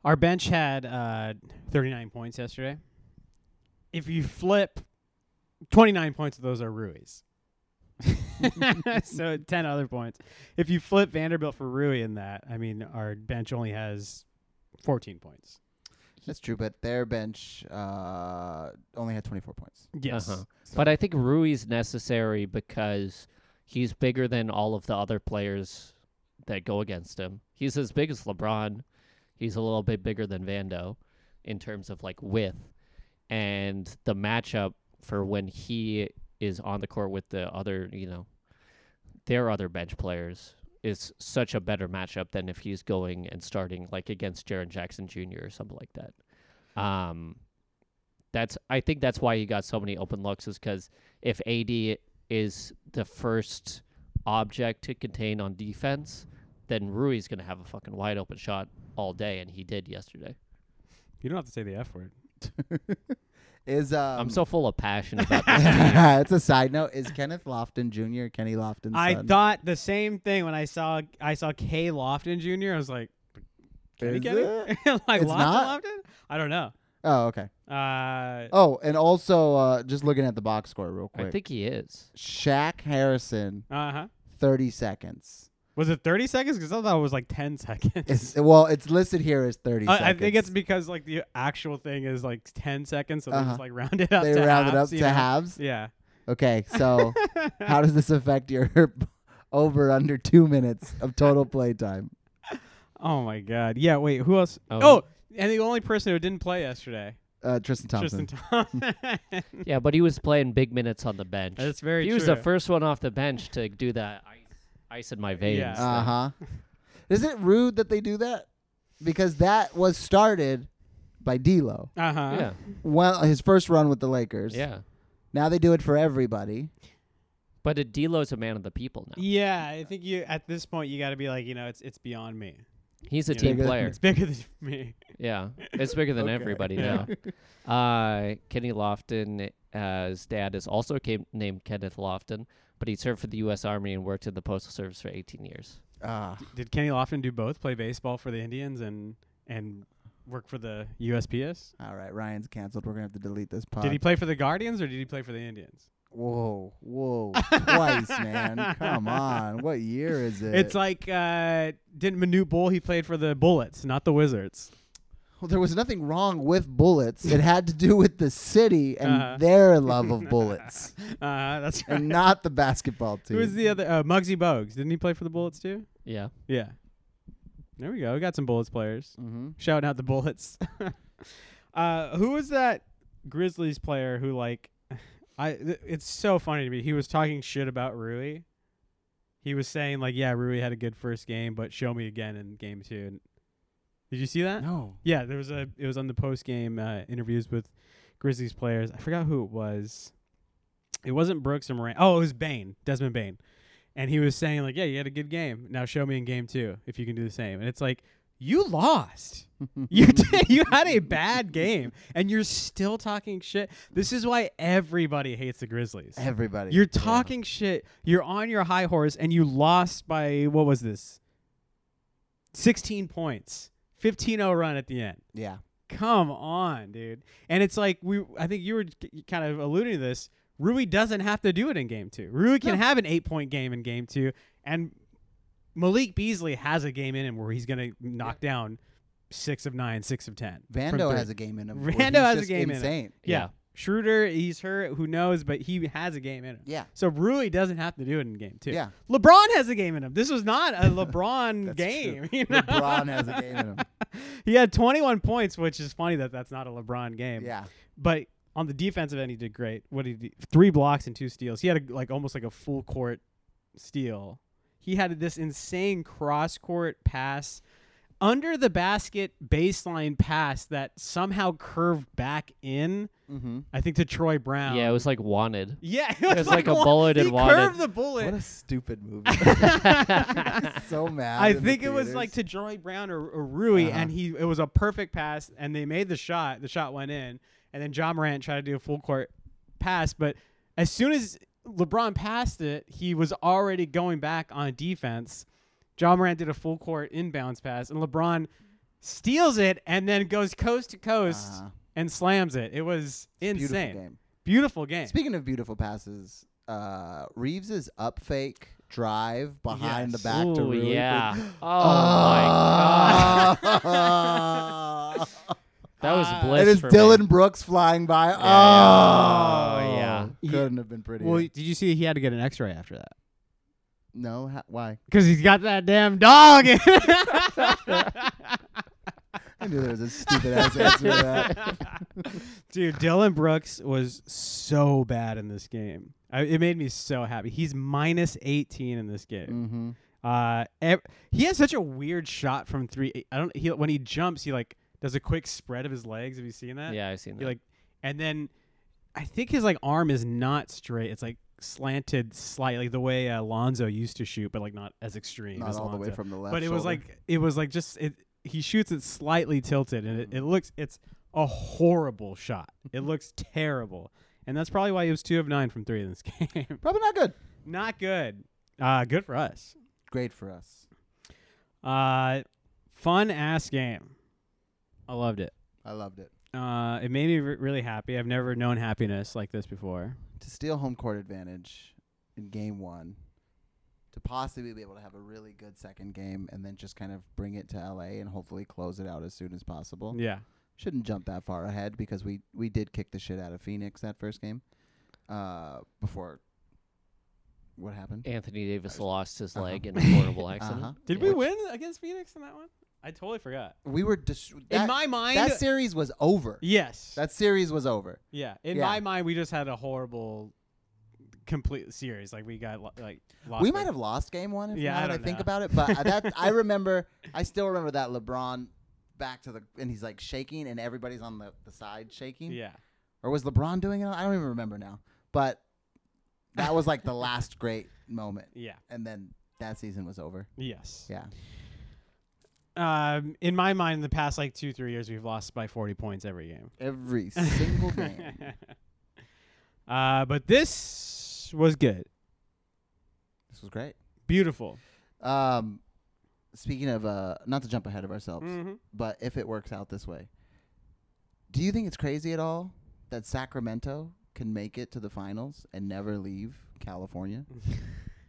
S1: Our bench had uh, 39 points yesterday. If you flip, 29 points of those are Rui's. so 10 other points. If you flip Vanderbilt for Rui in that, I mean, our bench only has 14 points.
S3: that's true but their bench uh, only had 24 points
S1: Yes.
S2: Uh-huh. But I think Rui's necessary because he's bigger than all of the other players that go against him. He's as big as LeBron. He's a little bit bigger than Vando in terms of like width. And the matchup for when he is on the court with the other, you know, their other bench players is such a better matchup than if he's going and starting like against Jaron Jackson Jr. or something like that. Um, that's I think that's why he got so many open looks is because if AD is the first object to contain on defense, then Rui's gonna have a fucking wide open shot all day, and he did yesterday.
S1: You don't have to say the F word.
S3: is um,
S2: I'm so full of passion about this. team.
S3: it's a side note is kenneth lofton jr kenny lofton
S1: I thought the same thing when I saw I saw K Lofton Jr. I was like, Kenny
S3: Is
S1: Kenny?
S3: it?
S1: like
S3: It's
S1: Lofton
S3: not?
S1: Lofton? I don't know.
S3: oh okay
S1: Uh,
S3: oh and also uh, just looking at the box score real quick
S2: I think he is.
S3: Shaq harrison
S1: uh huh.
S3: 30 seconds
S1: Was it 30 seconds? Because I thought it was like 10 seconds.
S3: it's, well it's listed here as 30
S1: I, I
S3: seconds
S1: think it's because like the actual thing is like 10 seconds, so they
S3: Uh-huh.
S1: just like round it up.
S3: they
S1: to
S3: rounded
S1: halves,
S3: up
S1: you
S3: to
S1: know?
S3: halves
S1: Yeah.
S3: Okay, so how does this affect your over under two minutes of total play time.
S1: Oh my god. Yeah. Wait. Who else?
S2: Oh.
S1: Oh, and the only person who didn't play yesterday,
S3: Uh, Tristan Thompson.
S1: Tristan Thompson.
S2: Oh! Yeah, but he was playing big minutes on the bench.
S1: That's very
S2: he
S1: true.
S2: was the first one off the bench to do that ice, ice in my veins.
S1: Yeah.
S3: Uh huh. Is it rude that they do that? Because that was started by D'Lo.
S1: Uh huh.
S2: yeah,
S3: Well, his first run with the Lakers.
S2: yeah.
S3: Now they do it for everybody.
S2: But Adilo's a man of the people now.
S1: Yeah, I think you at this point you got to be like, you know, it's it's beyond me.
S2: He's a
S1: Yeah.
S2: team
S3: Bigger-
S2: player.
S1: It's bigger than me.
S2: Yeah, it's bigger than
S3: Okay.
S2: everybody now. uh, Kenny Lofton, uh, his dad is also came, named Kenneth Lofton, but he served for the U.S. Army and worked in the Postal Service for 18 years.
S3: Ah.
S1: Did Kenny Lofton do both? Play baseball for the Indians and and work for the USPS?
S3: All right, Ryan's canceled. We're gonna have to delete this pod.
S1: Did he play for the Guardians or did he play for the Indians?
S3: Whoa, whoa, twice, man. Come on. What year is it?
S1: It's like uh didn't Manute Bull he played for the Bullets, not the Wizards.
S3: well, there was nothing wrong with bullets. It had to do with the city and
S1: Uh-huh.
S3: their love of bullets,
S1: Uh that's right.
S3: and not the basketball team.
S1: Who was the other uh, Muggsy Bogues? Didn't he play for the Bullets too?
S2: Yeah,
S1: Yeah. There we go. We got some Bullets players.
S3: Mm-hmm.
S1: Shouting out the bullets. uh, who was that Grizzlies player who like? I th- it's so funny to me. He was talking shit about Rui. He was saying like, yeah, Rui had a good first game, but show me again in game two. And did you see that?
S3: No.
S1: Yeah, there was a. It was on the post game uh, interviews with Grizzlies players. I forgot who it was. It wasn't Brooks and Moran. Oh, it was Bain, Desmond Bain, and he was saying like, "Yeah, you had a good game. Now show me in game two if you can do the same." And it's like, you lost. you did. You had a bad game, and you're still talking shit. This is why everybody hates the Grizzlies.
S3: Everybody.
S1: You're talking shit. You're on your high horse, and you lost by what was this? Sixteen points, 15-0 run at the end.
S3: yeah.
S1: Come on, dude. And it's like we. I think you were k- kind of alluding to this. Rui doesn't have to do it in game two. Rui can
S3: No.
S1: have an eight-point game in game two, and Malik Beasley has a game in him where he's going to knock down six of nine, six of ten. from
S3: Vando
S1: three.
S3: has a game in him. where
S1: Vando
S3: he's
S1: has a
S3: just
S1: game in him.
S3: insane.
S1: Yeah.
S2: Yeah.
S1: Schroeder, he's hurt. Who knows? But he has a game in him.
S3: Yeah.
S1: So Rui doesn't have to do it in game two.
S3: Yeah.
S1: LeBron has a game in him. This was not a LeBron
S3: That's
S1: game.
S3: True.
S1: you know?
S3: LeBron has a game in him.
S1: He had 21 points, which is funny that that's not a LeBron game.
S3: Yeah.
S1: But on the defensive end, he did great. What did he do? Three blocks and two steals. He had a, like almost like a full court steal. He had this insane cross court pass under the basket baseline pass that somehow curved back in.
S3: Mm-hmm.
S1: I think to Troy Brown.
S3: Um,
S2: yeah. It was like wanted.
S1: Yeah, it
S2: was like a
S1: one-
S2: bullet
S1: he
S2: and wanted.
S1: curved the
S3: What
S1: bullet.
S3: a stupid movie. so mad.
S1: I
S3: in the
S1: think it was
S3: theaters.
S1: like to Troy Brown or, or Rui,
S3: Uh-huh.
S1: and he it was a perfect pass, and they made the shot. The shot went in, and then John Morant tried to do a full court pass, but as soon as LeBron passed it, he was already going back on defense. John Morant did a full court inbounds pass, and LeBron steals it and then goes coast to coast
S3: Uh-huh.
S1: and slams it. It was
S3: Beautiful
S1: insane.
S3: game.
S1: Beautiful game.
S3: Speaking of beautiful passes, uh, Reeves's up fake drive behind
S1: Yes.
S3: the back to
S2: Ooh,
S3: Rui.
S2: yeah.
S3: Cooper.
S2: Oh, my god,
S3: Ah.
S2: that was
S1: Ah.
S2: bliss.
S3: it is
S2: for
S3: Dylan
S2: Me.
S3: Brooks flying by.
S2: yeah.
S3: Oh,
S2: Oh, yeah.
S3: Couldn't have been prettier.
S1: Well, did you see he had to get an X-ray after that?
S3: no, ha- why?
S1: Because he's got that damn dog. In
S3: I knew there was a stupid ass answer to that.
S1: Dude, Dylan Brooks was so bad in this game. I, it made me so happy. He's minus 18 in this game.
S3: Mm-hmm.
S1: Uh, ev- he has such a weird shot from three. I don't. He when he jumps, he like does a quick spread of his legs. Have you seen that?
S2: Yeah, I've seen
S1: He
S2: that.
S1: like, and then I think his like arm is not straight. It's like slanted slightly, the way uh, Lonzo used to shoot, but like not as extreme.
S3: Not
S1: as
S3: all the way
S1: Lonzo
S3: from the left.
S1: but it was
S3: shoulder.
S1: like it was like just it he shoots it slightly tilted and it, it looks it's a horrible shot it
S3: Mm-hmm.
S1: looks terrible and that's probably why he was two of nine from three in this game
S3: probably not good.
S1: not good uh good for us
S3: Great for us.
S1: uh fun ass game i loved it
S3: I loved it.
S1: uh it made me re- really happy i've never known happiness like this before
S3: to steal home court advantage in game one, to possibly be able to have a really good second game, and then just kind of bring it to LA and hopefully close it out as soon as possible.
S1: yeah
S3: Shouldn't jump that far ahead because we we did kick the shit out of Phoenix that first game, uh, before What happened?
S2: Anthony Davis
S3: Uh,
S2: lost his
S3: uh-huh.
S2: leg in a horrible accident.
S3: Uh-huh.
S1: Did
S2: Yeah.
S1: we
S2: Which-
S1: win against Phoenix in that one? I totally forgot.
S3: We were dis-
S1: in
S3: that,
S1: my mind,
S3: that series was over.
S1: yes.
S3: That series was over.
S1: yeah. In
S3: yeah.
S1: my mind, we just had a horrible, complete series. Like we got lo- like lost.
S3: we
S1: by-
S3: might have lost game one. If
S1: Yeah,
S3: now
S1: I
S3: that I
S1: don't
S3: think
S1: know.
S3: about it, but I- that I remember, I still remember that LeBron back to the and he's like shaking and everybody's on the, the side shaking.
S1: Yeah.
S3: Or was LeBron doing it? I don't even remember now. But that was like the last great moment,
S1: Yeah.
S3: and then that season was over.
S1: Yes.
S3: Yeah.
S1: Um, in my mind, in the past like two, three years, we've lost by 40 points every game.
S3: Every single game.
S1: uh, but this was good.
S3: This was great.
S1: Beautiful.
S3: Um, speaking of, uh, not to jump ahead of ourselves,
S1: Mm-hmm.
S3: but if it works out this way, do you think it's crazy at all that Sacramento can make it to the finals and never leave California?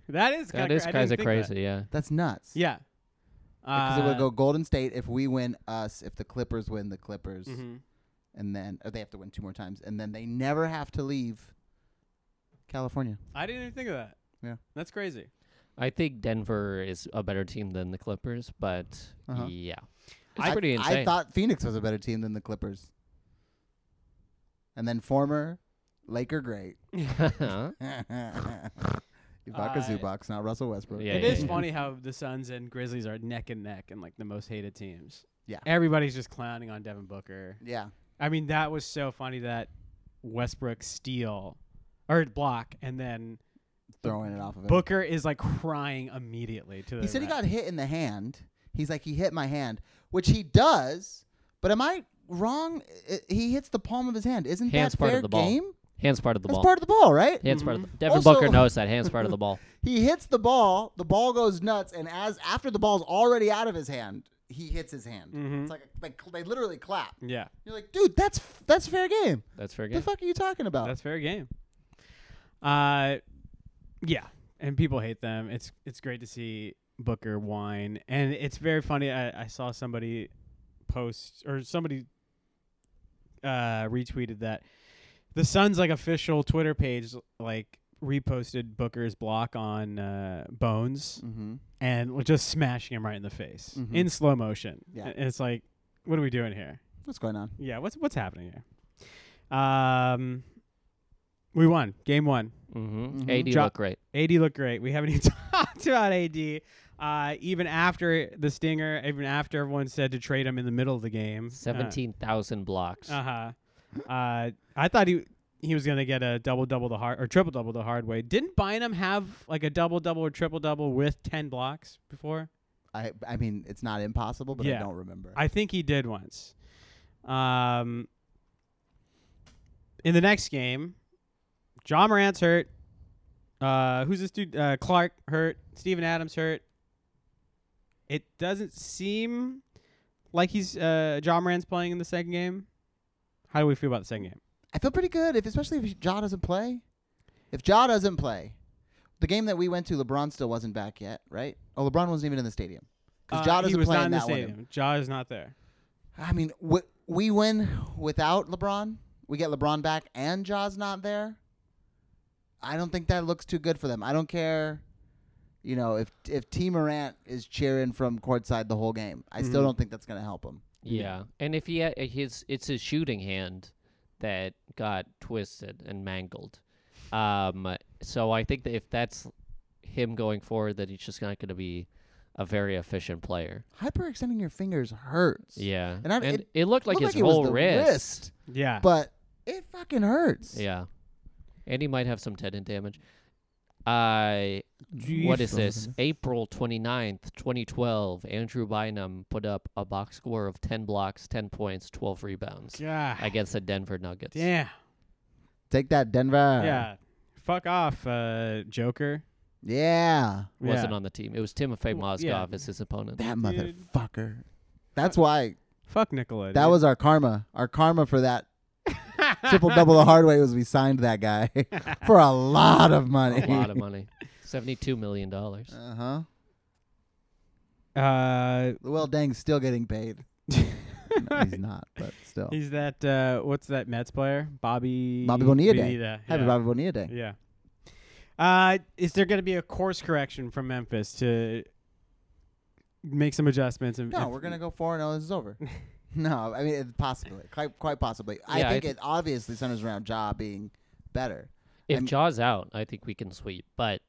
S1: That is
S2: That
S1: kinda
S2: is
S1: cra- I
S2: kind
S1: didn't
S2: of
S1: think that.
S2: crazy, yeah.
S3: That's nuts.
S1: Yeah.
S3: Because it
S1: Uh,
S3: would go Golden State if we win us, if the Clippers win the Clippers,
S1: mhm.
S3: and then or they have to win two more times, and then they never have to leave California.
S1: I didn't even think of that.
S3: Yeah.
S1: That's crazy.
S2: I think Denver is a better team than the Clippers, but
S3: Uh-huh.
S2: yeah, it's
S3: I,
S2: pretty insane.
S3: I thought Phoenix was a better team than the Clippers. And then former Laker great
S2: Huh?
S3: Ibaka
S1: Uh,
S3: Zubox, not Russell Westbrook.
S2: Yeah,
S1: it
S2: yeah,
S1: is
S2: yeah.
S1: funny how the Suns and Grizzlies are neck and neck and like the most hated teams.
S3: Yeah.
S1: Everybody's just clowning on Devin Booker.
S3: Yeah.
S1: I mean, that was so funny that Westbrook steal or block and then
S3: throwing it off of him.
S1: Booker is like crying immediately to the
S3: He said he
S1: ref.
S3: got hit in the hand. He's like, he hit my hand, which he does. But am I wrong? I- He hits the palm of his hand. Isn't
S2: Hand's
S3: that
S2: part of
S3: fair
S2: the ball.
S3: game?
S2: Hands part of the
S3: That's
S2: ball.
S3: part of the ball, right?
S2: Hands part of the.
S1: Mhm.
S2: Devin
S3: Also-
S2: Booker knows that. Hands part of the ball.
S3: He hits the ball. The ball goes nuts, and as after the ball's already out of his hand, he hits his hand.
S2: Mm-hmm.
S1: Mhm.
S3: It's like a, like they literally clap.
S1: Yeah.
S3: You're like, dude, that's f- that's fair game.
S2: That's fair
S3: The
S2: game.
S3: fuck are you talking about?
S1: That's fair game. Uh, yeah, and people hate them. It's it's great to see Booker whine, and it's very funny. I, I saw somebody post or somebody uh, retweeted that the Suns like official Twitter page like reposted Booker's block on uh, Bones
S3: mm-hmm.
S1: and was just smashing him right in the face
S3: Mhm.
S1: in slow motion.
S3: Yeah.
S1: and it's like, what are we doing here?
S3: What's going on?
S1: Yeah, what's what's happening here? Um, we won game one.
S2: Mm-hmm.
S3: Mhm.
S2: AD
S1: Jo-
S2: look great.
S1: AD looked great. We haven't even talked about AD. Uh, even after the stinger, even after everyone said to trade him in the middle of the game,
S2: Seventeen thousand blocks.
S3: Ah.
S1: Uh huh. Uh, I thought he he was gonna get a double double the hard or triple double the hard way. Didn't Bynum have like a double double or triple double with ten blocks before?
S3: I I mean, it's not impossible, but
S1: Yeah.
S3: I don't remember.
S1: I think he did once. Um, in the next game, John Morant's hurt. Uh, who's this dude? Uh, Clark hurt. Steven Adams hurt. It doesn't seem like he's uh, John Morant's playing in the second game. How do we feel about the second game?
S3: I feel pretty good if especially if Ja doesn't play. If Ja doesn't play, the game that we went to, LeBron still wasn't back yet, right? Oh, LeBron wasn't even in the stadium because
S1: Uh,
S3: Ja
S1: he
S3: doesn't
S1: was
S3: play
S1: not
S3: in
S1: in the
S3: that one.
S1: stadium. Ja is not there.
S3: I mean, w- we win without LeBron. We get LeBron back, and Ja's not there. I don't think that looks too good for them. I don't care, you know, if if T Morant is cheering from courtside the whole game. I still
S1: Mhm.
S3: don't think that's gonna help him.
S2: Yeah, and if he had uh, his, it's his shooting hand that got twisted and mangled. Um, so I think that if that's him going forward, then he's just not going to be a very efficient player.
S3: Hyperextending your fingers hurts.
S2: Yeah,
S3: And I- it
S2: it looked like
S3: Looked
S2: his
S3: it was
S2: whole
S3: the
S2: wrist.
S1: Yeah.
S3: but it fucking hurts.
S2: Yeah, and he might have some tendon damage. Uh, what is this? April 29th, 2012, Andrew Bynum put up a box score of 10 blocks, 10 points, 12 rebounds
S1: God.
S2: against the Denver Nuggets.
S1: Damn.
S3: Take that, Denver.
S1: yeah. Fuck off, uh, Joker.
S3: Yeah.
S2: wasn't
S1: Yeah.
S2: on the team. It was Timofey
S1: Well,
S2: Mozgov
S1: yeah.
S2: as his opponent.
S3: That
S1: Dude.
S3: motherfucker. That's why.
S1: Fuck Nicola.
S3: That was our karma. Our karma for that triple double the hard way was we signed that guy for a lot of money.
S2: a lot of money, seventy-two million dollars.
S3: Uh huh.
S1: Uh,
S3: Well, Dang's still getting paid. No, he's not, but still.
S1: he's that uh, what's that Mets player? Bobby
S3: Bobby Bonilla Day.
S1: Bonilla.
S3: Happy
S1: yeah.
S3: Bobby Bonilla Day.
S1: Yeah. Uh, is there going to be a course correction from Memphis to make some adjustments? And
S3: No, we're gonna go four and zero. This is over. no, I mean it, possibly, quite, quite possibly. I
S2: Yeah, I
S3: think
S2: th-
S3: it obviously centers around Ja being better.
S2: If
S3: I'm-
S2: Jaw's out, I think we can sweep, but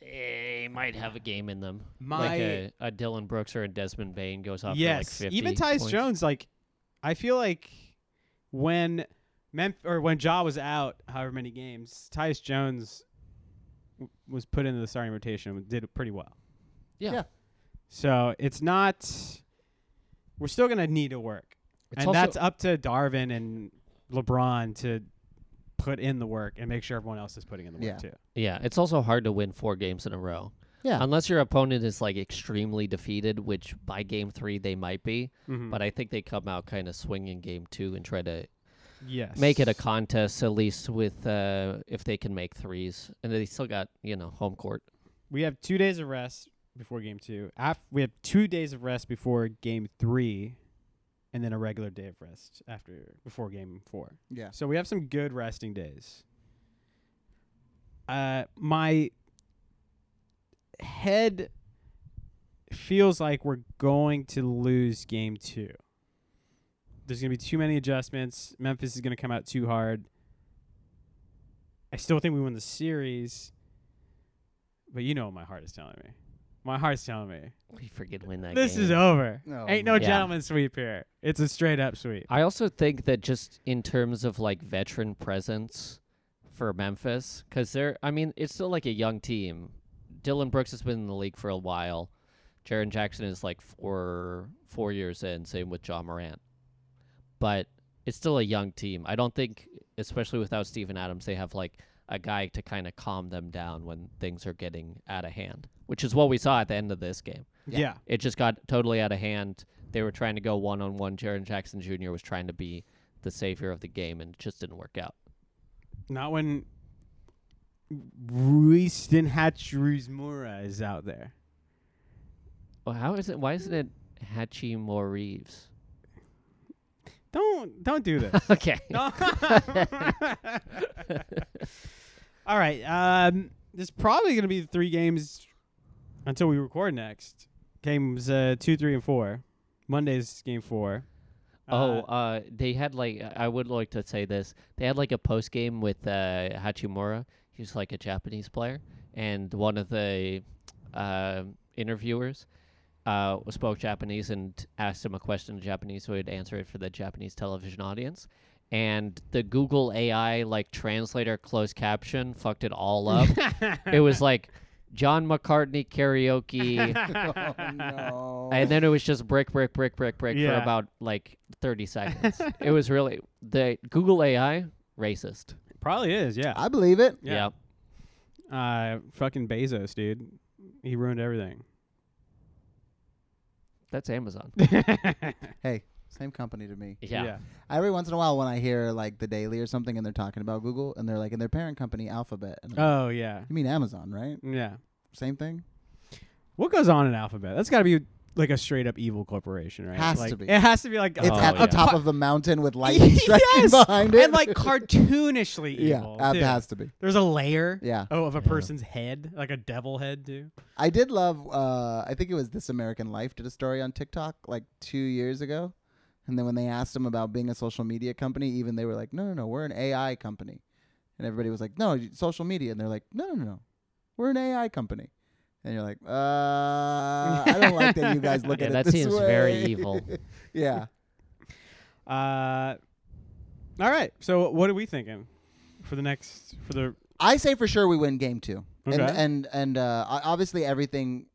S2: they might have a game in them.
S1: My-
S2: like a, a Dylan Brooks or a Desmond Bain goes off.
S1: yes,
S2: for like 50
S1: even Tyus
S2: points.
S1: Jones. Like, I feel like when Mem or when Ja was out, however many games, Tyus Jones w- was put into the starting rotation and did pretty well.
S2: Yeah.
S3: Yeah.
S1: So it's not. We're still going to need to work,
S2: It's
S1: and
S2: also-
S1: that's up to Darvin and LeBron to put in the work and make sure everyone else is putting in the work
S3: Yeah.
S1: too.
S2: yeah. It's also hard to win four games in a row.
S3: Yeah.
S2: Unless your opponent is like extremely defeated, which by game three they might be,
S1: Mhm.
S2: but I think they come out kind of swinging game two and try to
S1: yes,
S2: make it a contest at least with uh, if they can make threes, and they still got you know home court.
S1: We have two days of rest before game two. Af- we have two days of rest before game three, and then a regular day of rest after before game four.
S3: Yeah.
S1: So we have some good resting days. Uh, my head feels like we're going to lose game two. There's going to be too many adjustments. Memphis is going to come out too hard. I still think we win the series, but you know what my heart is telling me. My heart's telling me
S2: We freaking win that.
S1: this
S2: game.
S1: is over.
S3: No,
S1: Ain't no
S2: Yeah.
S1: gentleman sweep here. It's a straight up sweep.
S2: I also think that just in terms of like veteran presence for Memphis, because they're, I mean, it's still like a young team. Dylan Brooks has been in the league for a while. Jaron Jackson is like four four years in. Same with John Morant, but it's still a young team. I don't think, especially without Steven Adams, they have like a guy to kind of calm them down when things are getting out of hand, which is what we saw at the end of this game.
S3: Yeah.
S1: yeah.
S2: It just got totally out of hand. They were trying to go one on one. Jaron Jackson Jr. was trying to be the savior of the game, and it just didn't work out.
S1: Not when Royston Hachirizmura is out there.
S2: Well, how is it? Why isn't it Hachimura Reeves?
S1: Don't don't do this.
S2: Okay.
S1: No. All right. Um, there's probably gonna be three games until we record next. Games uh, two, three, and four. Monday's game four.
S2: oh,
S1: Uh,
S2: uh, they had like I would like to say this. They had like a post game with uh, Hachimura. He was like a Japanese player, and one of the uh, interviewers uh, spoke Japanese and asked him a question in Japanese, so he'd answer it for the Japanese television audience. And the Google AI like translator closed caption fucked it all up. it was like John McCartney karaoke
S3: Oh, no.
S2: and then it was just brick, brick, brick, brick, brick
S1: Yeah.
S2: for about like thirty seconds. it was really the Google AI racist.
S1: probably is. Yeah.
S3: I believe it.
S1: Yeah. Uh, fucking Bezos, dude. He ruined everything.
S2: that's Amazon.
S3: Hey, same company to me.
S2: Yeah,
S3: Every once in a while, when I hear like the Daily or something, and they're talking about Google, and they're like, and their parent company Alphabet. And I'm like,
S1: Oh yeah.
S3: you mean Amazon, right?
S1: Yeah.
S3: Same thing.
S1: What goes on in Alphabet? That's got to be like a straight up evil corporation, right?
S3: Has
S1: Like,
S3: to be.
S1: It has to be like
S3: It's
S2: Oh,
S3: at
S2: yeah.
S3: the top of the mountain with lightning striking
S1: Yes!
S3: behind it,
S1: and like cartoonishly
S3: yeah,
S1: evil.
S3: that
S1: too.
S3: has to be.
S1: There's a layer.
S3: Yeah.
S1: Oh, of a
S2: Yeah.
S1: person's head, like a devil head, too.
S3: I did love. Uh, I think it was This American Life did a story on TikTok like two years ago, and then when they asked them about being a social media company, even they were like, "No, no, no, we're an AI company," and everybody was like, "No, y- social media," and they're like, "No, no, no, no, we're an AI company," and you're like, "Uh, I don't like that you guys look
S2: Yeah,
S3: at
S2: that
S3: it this
S2: seems very
S3: way.
S2: evil.
S3: yeah,
S1: Uh, all right. So, what are we thinking for the next for the?
S3: I say for sure we win game two, and
S1: Okay.
S3: and and uh, o- obviously everything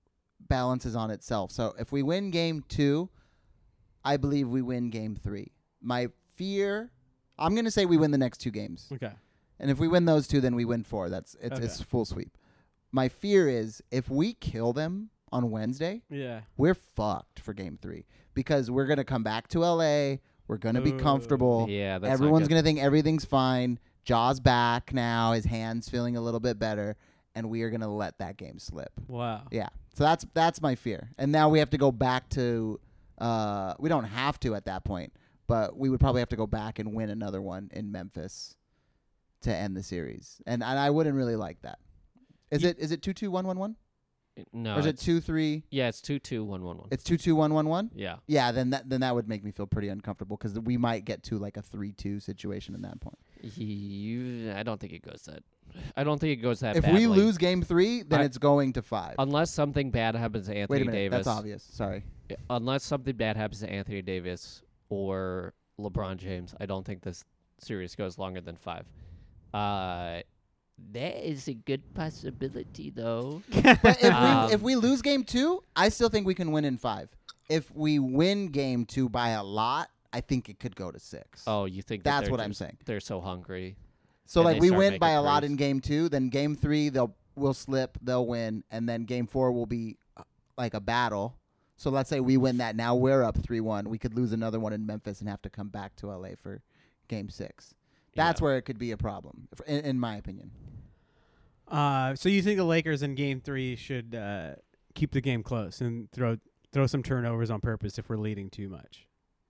S3: balances on itself. So if we win game two, I believe we win game three. My fear, I'm gonna say we win the next two games,
S1: Okay.
S3: and if we win those two, then we win four. That's it's
S1: Okay.
S3: it's full sweep. My fear is if we kill them on Wednesday,
S1: Yeah.
S3: we're fucked for game three because we're gonna come back to LA. We're gonna be
S1: Ooh.
S3: comfortable.
S2: yeah. That's
S3: Everyone's
S2: not
S3: gonna think everything's fine. Jaw's back now. His hands feeling a little bit better, and we are gonna let that game slip.
S1: Wow.
S3: Yeah. So that's that's my fear. And now we have to go back to. Uh, we don't have to at that point, but we would probably have to go back and win another one in Memphis to end the series. And and I wouldn't really like that. Is it is it two two one one one?
S2: No.
S3: Or is it
S2: it's-
S3: two three?
S2: yeah, it's two two one one one.
S3: It's two two one one one.
S2: Yeah.
S3: Yeah, then that then that would make me feel pretty uncomfortable because we might get to like a three two situation at that point.
S2: You, I don't think it goes that. I don't think it goes that.
S3: if
S2: badly.
S3: we lose game three, then
S2: I-
S3: it's going to five.
S2: unless something bad happens to Anthony
S3: Wait a minute,
S2: Davis,
S3: that's obvious. Sorry.
S2: Yeah, unless something bad happens to Anthony Davis or LeBron James, I don't think this series goes longer than five. Uh, that is a good possibility, though.
S3: But if
S2: Um,
S3: we if we lose game two, I still think we can win in five. If we win game two by a lot, I think it could go to six.
S2: Oh, you think that
S3: That's
S2: they're
S3: what I'm
S2: just-
S3: saying.
S2: They're so hungry.
S3: so
S2: and
S3: like
S2: they
S3: we
S2: start
S3: win by
S2: making
S3: a lot
S2: threes.
S3: in game two, then game three they'll will slip, they'll win, and then game four will be uh, like a battle. So let's say we win that. Now we're up three one. We could lose another one in Memphis and have to come back to LA for game six. That's
S2: Yeah.
S3: where it could be a problem, f- in, in my opinion.
S1: Uh, so you think the Lakers in Game Three should uh, keep the game close and throw throw some turnovers on purpose if we're leading too much?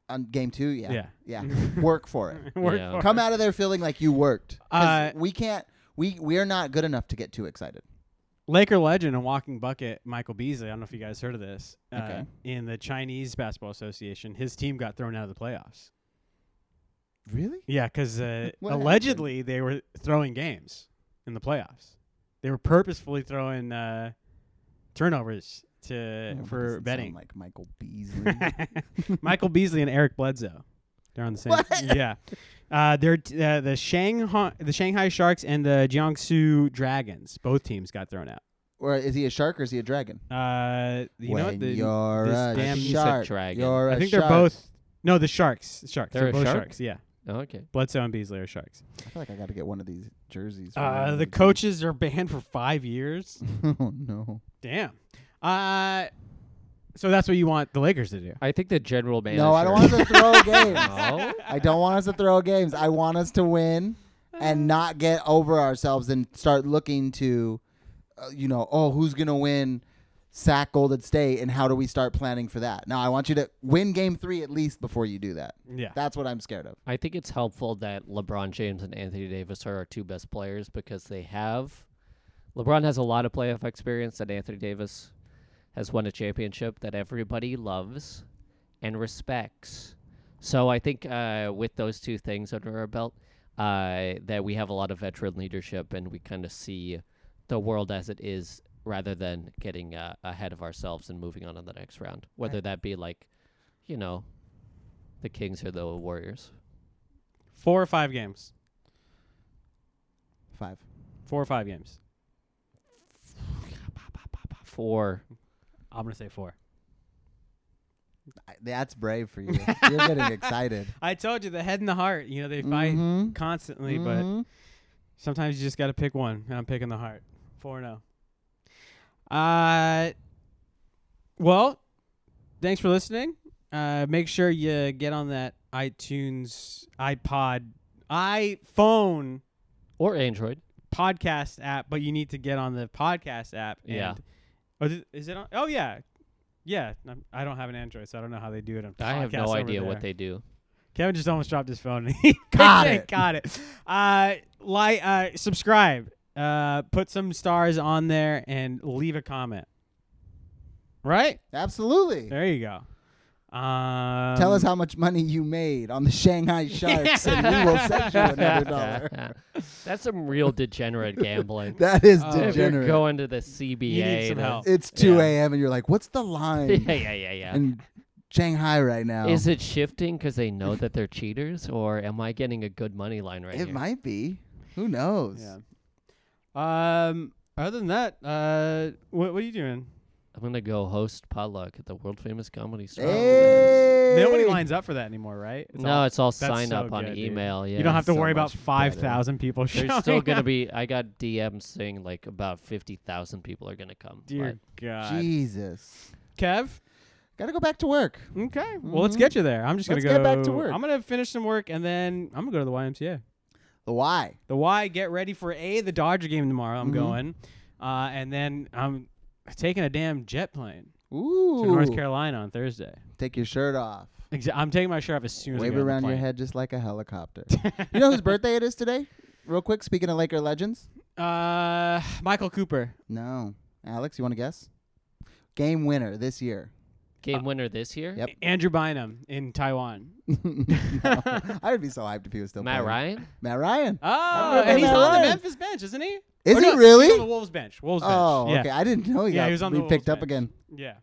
S3: On game two, yeah,
S1: Yeah.
S3: yeah. work for it.
S1: Work
S2: Yeah.
S1: for
S3: Come
S1: it.
S3: out of there feeling like you worked. 'Cause
S1: Uh,
S3: we can't. We we are not good enough to get too excited.
S1: Laker legend and walking bucket Michael Beasley. I don't know if you guys heard of this. Uh,
S3: Okay.
S1: In the Chinese Basketball Association, his team got thrown out of the playoffs.
S3: Really?
S1: Yeah, because uh,
S3: What happened?
S1: allegedly they were throwing games in the playoffs. They were purposefully throwing uh, turnovers to for betting.
S3: like Michael Beasley.
S1: Michael Beasley and Eric Bledsoe. They're on the same.
S3: What?
S1: Yeah, uh, they're t- uh, the Shanghai the Shanghai Sharks and the Jiangsu Dragons. Both teams got thrown out.
S3: or is he a shark or is he a dragon?
S1: Uh, you know
S3: when
S1: what? The,
S3: you're
S1: this
S3: a
S1: damn- You said
S3: shark,
S2: dragon.
S3: you're
S1: I
S3: a
S1: think
S3: shark.
S1: they're both. No, the Sharks. The Sharks.
S2: They're a
S1: both
S2: shark?
S1: Sharks. Yeah,
S2: Oh, okay.
S1: Bledsoe and Beasley are Sharks.
S3: I feel like I got to get one of these jerseys. when I
S1: Uh, the
S3: leave.
S1: coaches are banned for five years.
S3: oh no.
S1: Damn. Uh, so that's what you want the Lakers to do.
S2: I think the general manager.
S3: No, I don't want us to throw games.
S2: No?
S3: I don't want us to throw games. I want us to win and not get over ourselves and start looking to, uh, you know, oh, who's going to win sack Golden State and how do we start planning for that? Now, I want you to win game three at least before you do that.
S1: Yeah.
S3: That's what I'm scared of.
S2: I think it's helpful that LeBron James and Anthony Davis are our two best players because they have. LeBron has a lot of playoff experience, and Anthony Davis has won a championship that everybody loves and respects. So I think uh, with those two things under our belt, uh, that we have a lot of veteran leadership and we kind of see the world as it is rather than getting uh, ahead of ourselves and moving on to the next round, whether that be like, you know, the Kings or the Warriors.
S1: Four or five games.
S3: Five.
S1: Four or five games.
S2: Four.
S1: I'm gonna say four.
S3: I- That's brave for you. You're getting excited.
S1: I told you the head and the heart. You know they fight
S3: Mhm.
S1: constantly, but
S3: Mhm.
S1: sometimes you just got to pick one, and I'm picking the heart. Four and oh. Uh, well, thanks for listening. Uh, make sure you get on that iTunes, iPod, iPhone
S2: Or Android.
S1: podcast app, but you need to get on the podcast app. And
S2: Yeah.
S1: Oh, is it- is it on? Oh, yeah. Yeah. I'm, I don't have an Android, so I don't know how they do it. on
S2: I have
S1: podcasts
S2: no
S1: over
S2: idea
S1: there.
S2: what they do.
S1: Kevin just almost dropped his phone. He
S3: Got
S1: they
S3: it.
S1: Got it. Uh, like, uh, subscribe. Uh, put some stars on there and leave a comment. Right
S3: Absolutely.
S1: there, you go. Um,
S3: Tell us how much money you made on the Shanghai Sharks, and we will send you another dollar.
S2: That's some real degenerate gambling.
S3: That is
S1: Oh.
S2: if you're
S3: degenerate.
S2: going to the CBA,
S1: you need some
S2: to-
S1: help.
S3: it's 2
S1: Yeah.
S3: a.m. and you're like, what's the line
S2: yeah, yeah, yeah, yeah.
S3: in Shanghai right now?
S2: Is it shifting because they know that they're cheaters, or am I getting a good money line right
S3: It
S2: here?
S3: might be. Who knows?
S1: Yeah. Um. Other than that, uh, what what are you doing?
S2: I'm gonna go host potluck at the world famous comedy store.
S3: Hey!
S1: Nobody lines up for that anymore, right? It's
S2: no,
S1: all-
S2: it's all
S1: that's
S2: sign
S1: so
S2: up on
S1: good, dude.
S2: email. Yeah,
S1: you don't have to
S3: so
S1: worry about
S3: much
S1: five
S3: better.
S1: thousand people.
S2: There's
S1: showing
S2: still gonna
S1: up.
S2: be. I got DMs saying like about fifty thousand people are gonna come.
S1: Dear God,
S3: Jesus.
S1: Kev.
S3: Gotta go back to work.
S1: Okay, well let's
S3: Mhm.
S1: get you there. I'm just
S3: Let's
S1: gonna
S3: get
S1: go
S3: back to work.
S1: I'm gonna finish some work and then I'm gonna go to the YMCA.
S3: The why?
S1: The Y. Get ready for a the Dodger game tomorrow. I'm
S3: Mhm.
S1: going, uh, and then I'm taking a damn jet plane to
S3: Ooh.
S1: North Carolina on Thursday.
S3: Take your shirt off.
S1: Exa- I'm taking my shirt off as soon as I
S3: Wave
S1: get
S3: it
S1: on the
S3: around your
S1: plane.
S3: head just like a helicopter. you know whose birthday it is today? Real quick, speaking of Laker legends,
S1: Uh, Michael Cooper.
S3: No. Alex, you want to guess? Game winner this year.
S2: Game
S1: uh,
S2: winner this year.
S3: Yep.
S1: Andrew Bynum in Taiwan.
S3: No. I would be so hyped if he was still
S2: Matt
S3: playing.
S2: Ryan.
S3: Matt Ryan.
S1: Oh,
S3: remember
S1: and he's
S3: that
S1: on
S3: line.
S1: the Memphis bench, isn't he?
S3: Is
S1: Or no,
S3: he
S1: he's on the
S3: really?
S1: Wolves bench. Wolves
S3: Oh,
S1: bench.
S3: okay.
S1: Yeah.
S3: I didn't know he
S1: Yeah,
S3: got
S1: he was on the
S3: re- picked
S1: Wolves
S3: up
S1: bench.
S3: again.
S1: Yeah.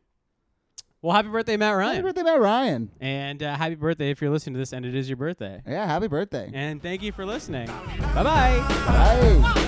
S1: Well, happy birthday, Matt Ryan.
S3: Happy birthday, Matt Ryan.
S1: And uh, happy birthday if you're listening to this, and it is your birthday.
S3: Yeah, happy birthday.
S1: And thank you for listening. Bye bye.
S3: Bye.